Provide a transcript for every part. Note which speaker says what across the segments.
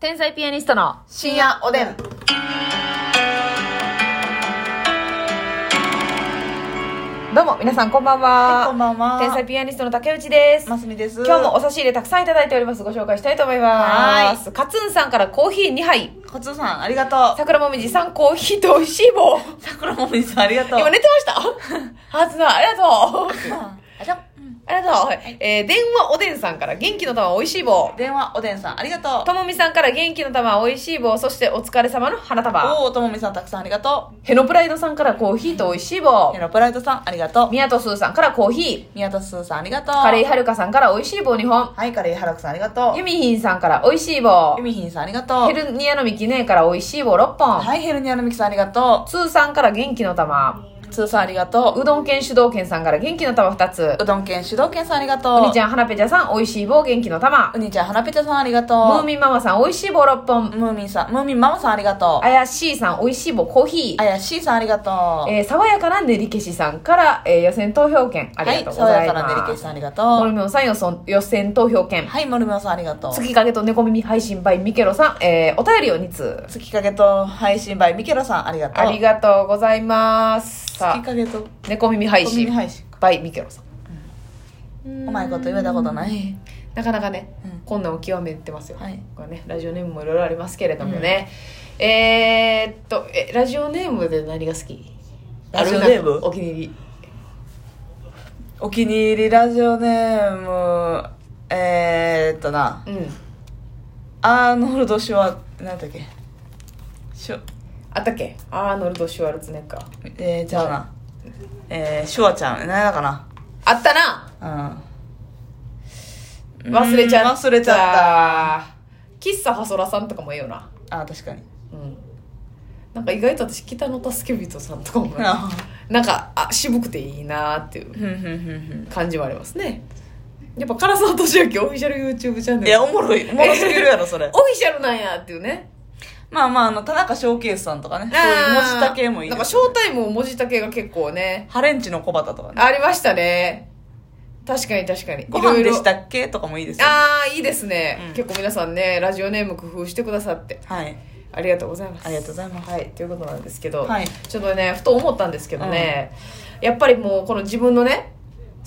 Speaker 1: 天才ピアニストの
Speaker 2: 深夜おでん。
Speaker 1: どうも皆さんこんばんは、
Speaker 2: こんばんは。
Speaker 1: 天才ピアニストの竹内です、
Speaker 2: ますみです。
Speaker 1: 今日もお差し入れたくさんいただいておりますご紹介したいと思いますカツンさんからコーヒー2杯
Speaker 2: お、コツさん、ありがと
Speaker 1: 桜もみじさんコーヒーと美味しい棒
Speaker 2: う。桜もみさん、ありがとう。
Speaker 1: 今寝てましたハーツさんありがとう
Speaker 2: あじゃ、うん
Speaker 1: ありがとう、えー電話おでんさんから元気の玉美味しい棒
Speaker 2: 電話おでんさん、ありがとう。
Speaker 1: ともみさんから元気の玉美味しい棒そしてお疲れ様の花束
Speaker 2: おお、ともみさん、たくさんありがと。
Speaker 1: ヘノプライドさんからコーヒーと美味しいう棒
Speaker 2: ヘロプライドさん、ありがとう。
Speaker 1: 宮戸すーさんからコーヒ
Speaker 2: 宮田すーさん、ありがとう。
Speaker 1: ーカレイはるかさんから美味しい棒2本
Speaker 2: はい、カレイハラクさん、ありがと う。
Speaker 1: ユミヒンさんから美味しい棒
Speaker 2: ゆみひんさん、ありがとう
Speaker 1: ヘ。ルニアのミキネから美味しい棒6本、
Speaker 2: はい、ヘルニアのみきさん、ありがと
Speaker 1: ツーさんから元気の玉
Speaker 2: う。つーさん、ありがと
Speaker 1: うどん県主導権さんから元気の玉2つ
Speaker 2: う。うどんけん、主導けんさん、ありがとう。
Speaker 1: おにちゃんはなぺちゃさん美味しい棒元気の玉
Speaker 2: うにちゃん、はなぺちゃさん、ありが
Speaker 1: ム
Speaker 2: と
Speaker 1: ー
Speaker 2: う。
Speaker 1: ミンママさん美味しい棒6本
Speaker 2: ムーミンさん、ムーミンママさん、ありがと
Speaker 1: あやしーさん美味しい棒コーヒ
Speaker 2: う。あ
Speaker 1: ー
Speaker 2: やしーさん、ありがとう。
Speaker 1: えー爽やかな練り消しさんから、えー予選投票券あ
Speaker 2: は
Speaker 1: り
Speaker 2: い
Speaker 1: がと、うご
Speaker 2: 爽
Speaker 1: ざい
Speaker 2: や
Speaker 1: ま
Speaker 2: か
Speaker 1: す、
Speaker 2: なねりけしさん、ありが
Speaker 1: モ
Speaker 2: と
Speaker 1: ル
Speaker 2: う。
Speaker 1: ミョンさん予想予選投票券
Speaker 2: はい、モルミョンさん、ありがとう。
Speaker 1: 月影と猫耳配信 by ミケロさん、えーお便りを2通
Speaker 2: 月影と配信 by ミケロさんありがとう
Speaker 1: ありがとうございますさ
Speaker 2: 月影と
Speaker 1: あ猫耳配
Speaker 2: コンビ
Speaker 1: 信
Speaker 2: ニ配信
Speaker 1: by ミケロさん、
Speaker 2: うまいこと言われたことない
Speaker 1: なかなかね、
Speaker 2: うん
Speaker 1: 困難を極めてますよ、
Speaker 2: はい
Speaker 1: これね、ラジオネームもいろいろありますけれどもね、えー、っとえラジオネームで何が好き
Speaker 2: ラジオネーム
Speaker 1: あるなお気に入り
Speaker 2: お気に入りラジオネームえー、っとな
Speaker 1: うん
Speaker 2: アーノルド・シュワなんだっけシュ
Speaker 1: あったっけアーノルド・シュワルツェネッカー
Speaker 2: えー、ちゃうなえー、シュワちゃん何だかな
Speaker 1: あったな
Speaker 2: うん
Speaker 1: 忘れちゃった
Speaker 2: うん忘れちゃっ
Speaker 1: 喫茶はそらさんとかもいいよな
Speaker 2: たあー確かに
Speaker 1: うんなんか意外と私北の助け人さんとかも
Speaker 2: あ
Speaker 1: なんかあ渋くていいなーっていう
Speaker 2: ふんふんふんふん
Speaker 1: 感じはありますねやっぱ唐沢俊明オフィシャル YouTube チャンネ
Speaker 2: い
Speaker 1: ル
Speaker 2: やおもろいおもろすぎるやろそれ
Speaker 1: オフィシャルなんやっていうね
Speaker 2: まあまああの田中ショーケースさんとかねそういう文字だけもいい
Speaker 1: な
Speaker 2: で
Speaker 1: ん
Speaker 2: す
Speaker 1: かショータイムを文字竹が結構ね
Speaker 2: ハレンチの小畑とかね。
Speaker 1: ありましたね確かに確かに
Speaker 2: ご飯でし
Speaker 1: いろいろ
Speaker 2: たっけとかもいいですよ。
Speaker 1: ああいいですね、
Speaker 2: うん
Speaker 1: 結構皆さんねラジオネーム工夫してくださって
Speaker 2: はい。
Speaker 1: ありがとうございます
Speaker 2: ありがとうございます。
Speaker 1: はい、ということなんですけど、
Speaker 2: はい
Speaker 1: ちょっとねふと思ったんですけどね、やっぱりもうこの自分のね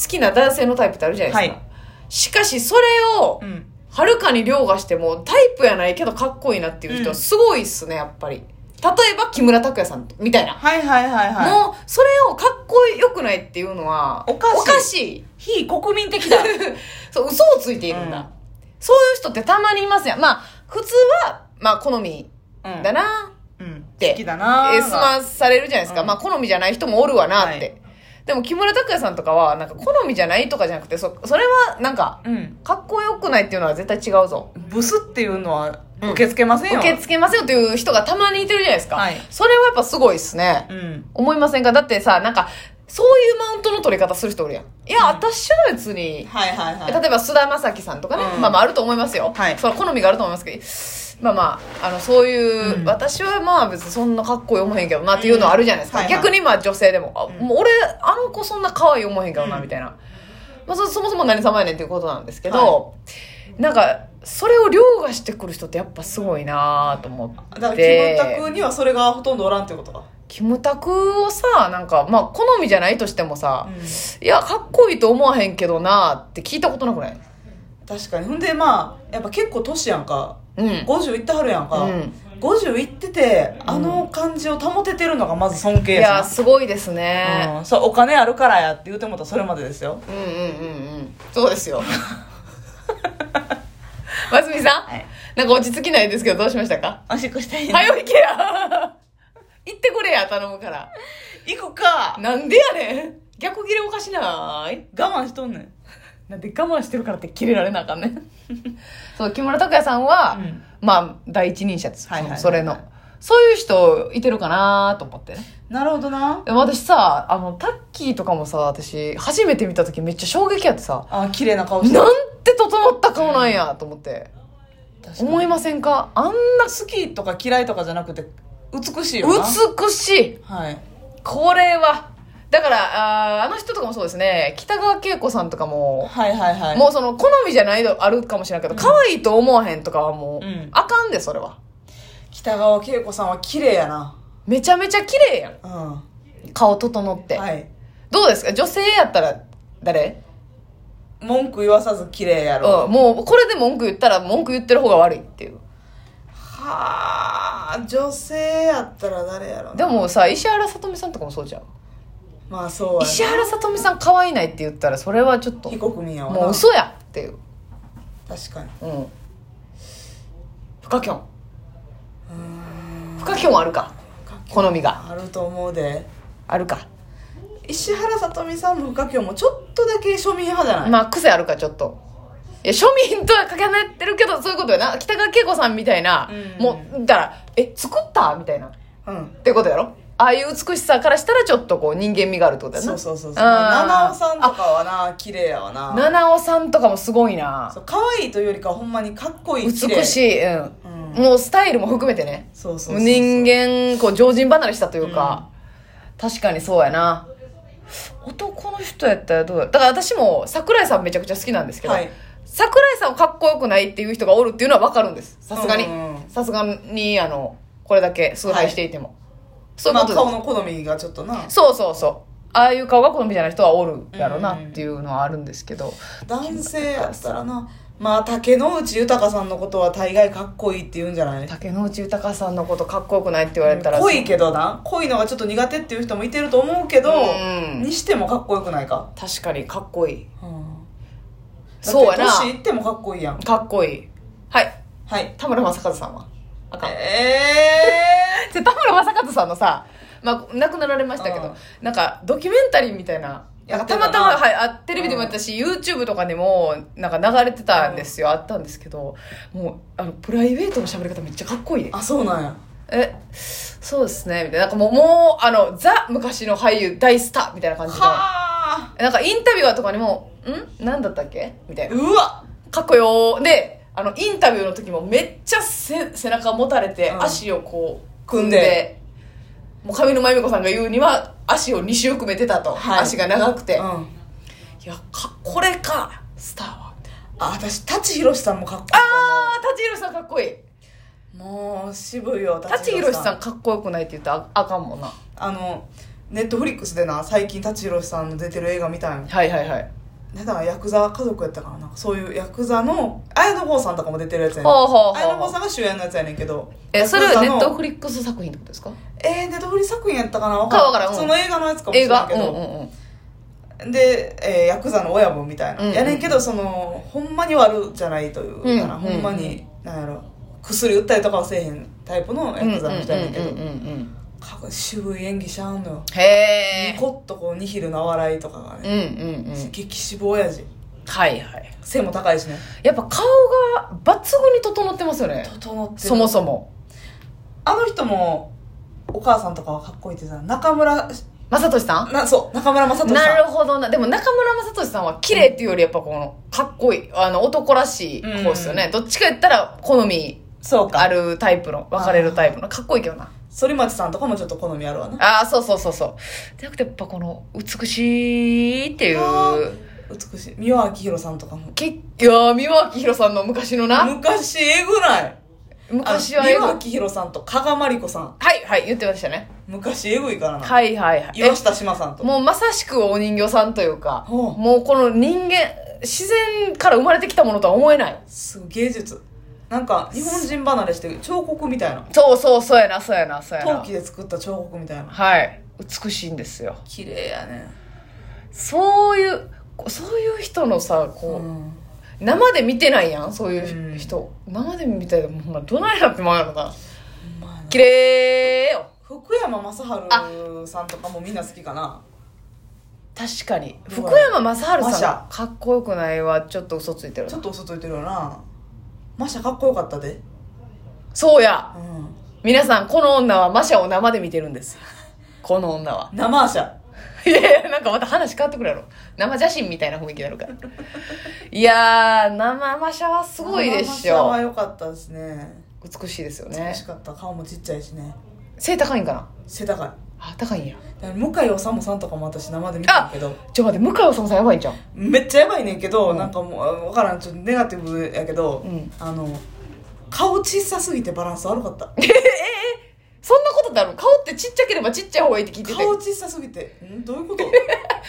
Speaker 1: 好きな男性のタイプってあるじゃないですか、
Speaker 2: は
Speaker 1: しかしそれを
Speaker 2: うん。
Speaker 1: はるかに凌駕してもタイプやないけどかっこいいなっていう人
Speaker 2: う
Speaker 1: は
Speaker 2: ん
Speaker 1: すごいっすねやっぱり例えば木村拓哉さんとみたいな、
Speaker 2: はいはいはいはい。
Speaker 1: もうそれをかっこよくないっていうのは
Speaker 2: おかしい
Speaker 1: おかし い
Speaker 2: 非国民的だ。
Speaker 1: そう嘘をついているんだ、
Speaker 2: うん
Speaker 1: そういう人ってたまにいますやんまあ普通はまあ好み
Speaker 2: う ん
Speaker 1: だな、
Speaker 2: うん。
Speaker 1: て
Speaker 2: 好きだなー
Speaker 1: えー済まされるじゃないですか、
Speaker 2: うん
Speaker 1: まあ好みじゃない人もおるわなって、
Speaker 2: はい
Speaker 1: でも木村拓哉さんとかはなんか好みじゃないとかじゃなくてそそれはなんか
Speaker 2: うん。
Speaker 1: かっこよくないっていうのは絶対違うぞ
Speaker 2: ブスっていうのは
Speaker 1: うん
Speaker 2: 受け付けませんよ。
Speaker 1: 受け付けませんよという人がたまにいてるじゃないですか、
Speaker 2: はい
Speaker 1: それはやっぱすごいっすね、
Speaker 2: うん。
Speaker 1: 思いませんかだってさなんかそういうマウントの取り方する人おるやんいや、私は別に
Speaker 2: はいはいはい。
Speaker 1: 例えば須田将暉さんとかね、
Speaker 2: うん
Speaker 1: まあまああると思いますよ、
Speaker 2: はい
Speaker 1: その好みがあると思いますけどまあまああのそういう、
Speaker 2: うん
Speaker 1: 私はまあ別にそんなかっこいい思へんけどなっていうのはあるじゃないですか、
Speaker 2: うんはいはい
Speaker 1: 逆にまあ女性でも,あ、
Speaker 2: ん
Speaker 1: もう俺あの子そんな可愛い思へんけどな
Speaker 2: うん
Speaker 1: みたいな、まあ、そそもそも何様やねんっていうことなんですけど、
Speaker 2: は
Speaker 1: なんかそれを凌駕してくる人ってやっぱすごいなと思って
Speaker 2: だから、キムタクにはそれがほとんどおらんってことか。
Speaker 1: キムタクをさなんかまあ好みじゃないとしてもさ、
Speaker 2: うん。
Speaker 1: いやかっこいいと思わへんけどなって聞いたことなくない
Speaker 2: 確かに。ほんで、まあ、やっぱ結構年やんか。
Speaker 1: うん
Speaker 2: 50いってはるやんか。
Speaker 1: うん
Speaker 2: 50いってて、あの感じを保ててるのがまず尊敬
Speaker 1: い
Speaker 2: や
Speaker 1: や
Speaker 2: し
Speaker 1: すごいですね、
Speaker 2: な。うん。そう、お金あるからやって言うてもったらそれまでですよ。
Speaker 1: うん、うんうんうんそうです よますみさん、
Speaker 2: はい
Speaker 1: なんか落ち着きないですけどどうしましたか
Speaker 2: おしっこしたいな
Speaker 1: 早よ行けや 行ってくれや頼むから
Speaker 2: 行くか
Speaker 1: なんでやねん逆切れおかしない
Speaker 2: 我慢しとんねん。
Speaker 1: なんで我慢してるからって切れられなあかんねん そう木村拓哉さんは、
Speaker 2: うん
Speaker 1: まあ第一人者です、
Speaker 2: はいはいはい
Speaker 1: それのそういう人いてるかなと思ってね
Speaker 2: なるほどな。
Speaker 1: でも私さあのタッキーとかもさ私初めて見た時めっちゃ衝撃やってさ
Speaker 2: あ、綺麗な顔してる。
Speaker 1: なんて整った顔なんやと思って思いませんかあんな
Speaker 2: 好きとか嫌いとかじゃなくて、美しいよな。
Speaker 1: 美しい
Speaker 2: はい。
Speaker 1: これはだからあーあの人とかもそうですね北川景子さんとかも、
Speaker 2: はいはいはい
Speaker 1: もうその好みじゃないのあるかもしれないけど、可愛いと思わへんとかはもう、
Speaker 2: うん
Speaker 1: あかんでそれは
Speaker 2: 北川景子さんは綺麗やな
Speaker 1: めちゃめちゃ綺麗やん
Speaker 2: うんは
Speaker 1: 顔整って、
Speaker 2: い
Speaker 1: どうですか女性やったら誰、
Speaker 2: 文句言わさず綺麗や
Speaker 1: うん
Speaker 2: ろ、
Speaker 1: もうこれで文句言ったら文句言ってる方が悪いっていう
Speaker 2: はあ女性やったら誰やろな
Speaker 1: でもさ石原さとみさんとかもそうじゃん
Speaker 2: まあそう
Speaker 1: 石
Speaker 2: や
Speaker 1: 原さとみさん可愛いないって言ったらそれはちょっ
Speaker 2: な
Speaker 1: と
Speaker 2: 非国民やわな
Speaker 1: もう嘘やっていう
Speaker 2: 確かに
Speaker 1: うんフカキョンフカキョンはあるか好みが
Speaker 2: あると思うで
Speaker 1: あるか
Speaker 2: 石原さとみさんも深京もちょっとだけ庶民派じゃない、
Speaker 1: まあ癖あるかちょっといや庶民とはかけ離れてるけどそういうことやな北川景子さんみたいな、
Speaker 2: うん
Speaker 1: もうだからえ作ったみたいなっ
Speaker 2: うん
Speaker 1: てことやろああいう美しさからしたらちょっとこう人間味があるってことやな
Speaker 2: そうそうそうそう
Speaker 1: あー
Speaker 2: 七尾さんと
Speaker 1: あ
Speaker 2: かはな綺麗やわな
Speaker 1: 七尾さんとかもすごいな
Speaker 2: そう可愛いというよりかはほんまにかっこいい綺麗
Speaker 1: 美しい、うん
Speaker 2: うん
Speaker 1: もうスタイルも含めてね
Speaker 2: そうそうそう
Speaker 1: 人間こう常人離れしたというか、確かにそうやな男の人やったらどうやだから私も桜井さんめちゃくちゃ好きなんですけど、
Speaker 2: はい
Speaker 1: 桜井さんをかっこよくないっていう人がおるっていうのは分かるんですさすがに
Speaker 2: うんうん
Speaker 1: さすがにあのこれだけ崇拝していても、そういうことです、
Speaker 2: まあ、顔の好みがちょっとな
Speaker 1: そうそうそうああいう顔が好みじゃない人はおるやろな
Speaker 2: うんうん
Speaker 1: っていうのはあるんですけど、
Speaker 2: 男性やったらなまあ竹野内豊さんのことは大概かっこいいって言うんじゃない
Speaker 1: 竹野内豊さんのことかっこよくないって言われたら、
Speaker 2: 濃いけどな濃いのがちょっと苦手っていう人もいてると思うけど
Speaker 1: うん
Speaker 2: にしてもかっこよくないか、
Speaker 1: 確かにかっこいい
Speaker 2: そ
Speaker 1: そうう
Speaker 2: や
Speaker 1: や
Speaker 2: な
Speaker 1: な
Speaker 2: 年いってもかっこいいやん
Speaker 1: かっこいいはい
Speaker 2: はい
Speaker 1: 田村正和さんはあかん
Speaker 2: え
Speaker 1: で田村正和さんのさ、まあ、亡くなられましたけど、
Speaker 2: うん
Speaker 1: なんかドキュメンタリーみたいな
Speaker 2: やって
Speaker 1: た
Speaker 2: たな
Speaker 1: またま、はい、あテレビでもやったし、YouTube とかでもなんか流れてたんですよ、あったんですけどもうあのプライベートの喋り方めっちゃかっこいいね
Speaker 2: ー、あそうなんや
Speaker 1: えそうですねみたいななんかもうもうあのザ昔の俳優大スターみたいな感じの
Speaker 2: はあ
Speaker 1: なんかインタビュアーとかにも「ん何だったっけ?」みたいな
Speaker 2: うわ
Speaker 1: かっこよーであのインタビューの時もめっちゃせ背中持たれて
Speaker 2: うん
Speaker 1: 足をこう組
Speaker 2: 組ん
Speaker 1: ん
Speaker 2: で
Speaker 1: で、もう上沼恵美子さんが言うには足を2周組めてたと、
Speaker 2: はい
Speaker 1: 足が長くて、
Speaker 2: う
Speaker 1: い
Speaker 2: ん
Speaker 1: やかこれかスターは
Speaker 2: あ私舘ひろしさんもかっこい
Speaker 1: あー舘ひろしさんかっこいい
Speaker 2: いもう渋いよ
Speaker 1: 舘ひろしさんかっこよくないって言ったらああかんもんな
Speaker 2: あのネットフリックスでな最近舘ひろしさんの出てる映画見たんよ
Speaker 1: はいはいはい
Speaker 2: ねだからヤクザ家族やったからなんかそういうヤクザの綾野剛さんとかも出てるやつやねん
Speaker 1: ほうほうほう
Speaker 2: 綾野剛さんが主演のやつやねんけど
Speaker 1: えそれはネットフ
Speaker 2: リ
Speaker 1: リックス作品ってことですか
Speaker 2: えー、ネットフリ作品やったかなわ
Speaker 1: かわからんうん
Speaker 2: その映画のやつかもし
Speaker 1: 映
Speaker 2: れない
Speaker 1: 画
Speaker 2: け
Speaker 1: うんう
Speaker 2: ど、
Speaker 1: んうん
Speaker 2: で、えーヤクザの親分みたいな、
Speaker 1: うんうん
Speaker 2: やねんけどそのほんまに悪じゃないというかな、
Speaker 1: うん
Speaker 2: ほんまに、なんやろ薬売ったりとかはせえへんタイプのヤクザの人やねんけど、
Speaker 1: うんうんうんうんうん
Speaker 2: かっこいい渋い演技しちゃうのよ
Speaker 1: へえ
Speaker 2: ニコッとこうニヒルな笑いとかが
Speaker 1: うん
Speaker 2: ね、
Speaker 1: うんうん
Speaker 2: 激渋親父
Speaker 1: はいはい
Speaker 2: 背も高いしね
Speaker 1: やっぱ顔が抜群に整ってますよね
Speaker 2: 整ってる
Speaker 1: そもそも
Speaker 2: あの人もお母さんとかはかっこいいってさ中村
Speaker 1: 正俊さん
Speaker 2: なそう中村雅俊さん
Speaker 1: なるほどなでも中村正俊さんは綺麗っていうよりやっぱこのかっこいいあの男らしい方ですよね、どっちか言ったら好み
Speaker 2: そうか
Speaker 1: あるタイプの別れるタイプのかっこいいけどな
Speaker 2: 反町さんとかもちょっと好みあるわな
Speaker 1: ああそうそうそうそうじゃなくてやっぱこの美しいってい
Speaker 2: あ
Speaker 1: う
Speaker 2: 美しい三輪明宏さんとかも
Speaker 1: けいやー三輪明宏さんの昔のな
Speaker 2: 昔えぐない
Speaker 1: 昔は
Speaker 2: あの
Speaker 1: え
Speaker 2: 三
Speaker 1: ぐは
Speaker 2: 輪明宏さんと加賀まりこさん
Speaker 1: いはい言ってましたね
Speaker 2: 昔えぐいからな、
Speaker 1: はいはいはいえ
Speaker 2: 岩下志麻さんと
Speaker 1: もうまさしくお人形さんというか、
Speaker 2: ほう
Speaker 1: もうこの人間、自然から生まれてきたものとは思えない。
Speaker 2: すごい芸術なんか日本人離れして彫刻みたいな
Speaker 1: そうそう、そうやな、そうやな、そうや
Speaker 2: 陶
Speaker 1: な
Speaker 2: 器。で作った彫刻みたいな
Speaker 1: はい。美しいんですよ。
Speaker 2: 綺麗やね
Speaker 1: そういう、こそういう人のさ、
Speaker 2: う
Speaker 1: こう、
Speaker 2: ん
Speaker 1: 生で見てないやん、そういううん人。生で見たら、ほんま、どないなってまうやろな。
Speaker 2: まあな
Speaker 1: 綺麗よ。
Speaker 2: 福山雅治さんとかもみんな好きかな
Speaker 1: 確かに。
Speaker 2: う
Speaker 1: 福
Speaker 2: わ
Speaker 1: 山雅治
Speaker 2: マシ
Speaker 1: さ
Speaker 2: ャ
Speaker 1: ん、かっこよくないは、ちょっと嘘ついてる
Speaker 2: ちょ
Speaker 1: な
Speaker 2: っ。と嘘ついてるよなマシャかっこよかったで
Speaker 1: そうや。
Speaker 2: うん
Speaker 1: 皆さん、この女はマシャを生で見てるんです。この女は。
Speaker 2: 生マシャ
Speaker 1: いやいやなんかまた話変わってくるやろ生写真みたいな雰囲気になる からいやー生マシャはすごいでし
Speaker 2: 生マシャは
Speaker 1: ょ
Speaker 2: 良かったですね
Speaker 1: 美しいですよ
Speaker 2: 美
Speaker 1: ね
Speaker 2: しかった顔もちっちゃいしね
Speaker 1: 背高いんかな
Speaker 2: 背高い
Speaker 1: あ高いんや
Speaker 2: だから向井治さんとかも私生で見たんやけど
Speaker 1: ちょ待って向井治さんやばいんじゃん
Speaker 2: めっちゃやばいねんけど、
Speaker 1: うん
Speaker 2: なんかもう分からんちょっとネガティブやけど、
Speaker 1: うん
Speaker 2: あの顔小さすぎてバランス悪 かった
Speaker 1: そんなことってある顔ってちっちゃければちっちゃい方がいいって聞いてて
Speaker 2: 顔小さすぎてんどうい うこと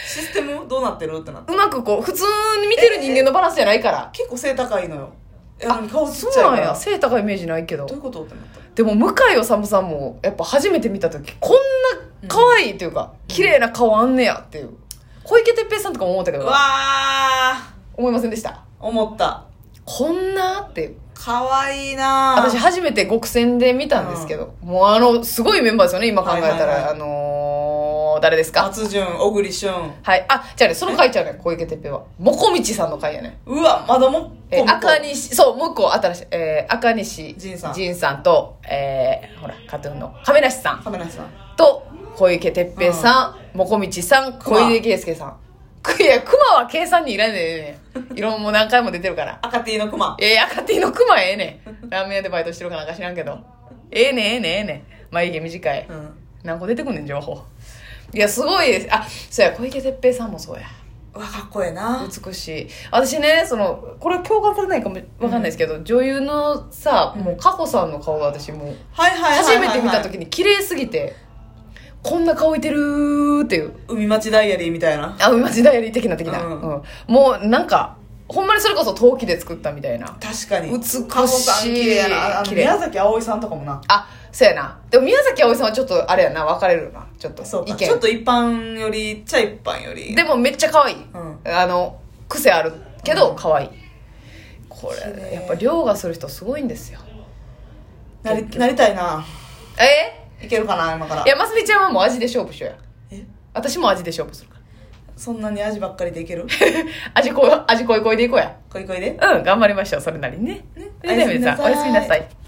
Speaker 2: システムどうなってるってなって
Speaker 1: うまくこう普通に見てる人間のバランスじゃないから
Speaker 2: 結構背高いのよえ
Speaker 1: あ
Speaker 2: なに顔ち
Speaker 1: そ
Speaker 2: っ
Speaker 1: う
Speaker 2: ちゃい
Speaker 1: な
Speaker 2: か
Speaker 1: ん
Speaker 2: ら
Speaker 1: や背高いイメージないけど
Speaker 2: どういうことってなった
Speaker 1: でも向井理さんもやっぱ初めて見た時こんな可愛いというか、綺麗な顔あんねやっていう小池徹平さんとかも思ったけ
Speaker 2: う
Speaker 1: ど
Speaker 2: わー
Speaker 1: 思いませんでした
Speaker 2: 思った
Speaker 1: こんなっていう
Speaker 2: 可愛いな
Speaker 1: 私初めて極戦で見たんですけど、もうあのすごいメンバーですよね今考えたら、
Speaker 2: はいはいはい
Speaker 1: あのー、誰ですか
Speaker 2: 松潤小栗旬
Speaker 1: はいあじゃあねその回ちゃうね小池徹平はもこみちさんの回やね
Speaker 2: うわまだもっ
Speaker 1: えー、赤
Speaker 2: に
Speaker 1: 西そうもう一個新しい、えー、赤西
Speaker 2: 仁さん
Speaker 1: 仁さんとえー、ほらカトゥーンの亀梨さん
Speaker 2: カメラさん
Speaker 1: と小池徹平さん、もこみちさん
Speaker 2: 熊
Speaker 1: 小出圭介さんくいや熊は計算にいらんねん ねいろんもう何回も出てるから
Speaker 2: 赤 T のクマ
Speaker 1: いやいや赤 T の熊ええねんラーメン屋でバイトしてるかなんか知らんけどええねんええねんええねん眉毛短い
Speaker 2: うん
Speaker 1: 何個出てくんねん情報いやすごいですあそうや小池徹平さんもそうや
Speaker 2: うわかっこええな
Speaker 1: 美しい私ねそのこれ共感されないかもわかんないですけど、女優のさもう佳子さんの顔が私もう
Speaker 2: はいはいはいはい、
Speaker 1: 初
Speaker 2: はい、
Speaker 1: めて見た時に綺麗すぎてこんな顔いてるーっていう
Speaker 2: 海町ダイアリーみたいな
Speaker 1: あ海町ダイアリー的な的な、
Speaker 2: う
Speaker 1: うんんもうなんかほんまにそれこそ陶器で作ったみたいな
Speaker 2: 確かに
Speaker 1: 美しい
Speaker 2: カホさん綺麗やなあの
Speaker 1: 綺麗
Speaker 2: 宮崎あおいさんとかもな
Speaker 1: あそうやなでも宮崎あおいさんはちょっとあれやな分かれるなちょっと
Speaker 2: そう
Speaker 1: 意
Speaker 2: か
Speaker 1: 見
Speaker 2: ちょっと一般よりちゃ一般より
Speaker 1: でもめっちゃ可愛い、
Speaker 2: うん
Speaker 1: あの癖あるけど可愛い、こ
Speaker 2: 綺麗
Speaker 1: れやっぱ凌駕する人すごいんですよ
Speaker 2: なりなりたいな
Speaker 1: え
Speaker 2: いけるかな今から
Speaker 1: いやますみちゃんはもう味で勝負しようや
Speaker 2: え
Speaker 1: 私も味で勝負するから
Speaker 2: そんなに味ばっかりでいける
Speaker 1: 味こい味こいこいでいこうや
Speaker 2: こいこいで
Speaker 1: うん頑張りましょうそれなりにね
Speaker 2: ね
Speaker 1: それでは皆さんお
Speaker 2: お
Speaker 1: や
Speaker 2: や
Speaker 1: す
Speaker 2: す
Speaker 1: み
Speaker 2: み
Speaker 1: な
Speaker 2: な
Speaker 1: さ
Speaker 2: さ
Speaker 1: い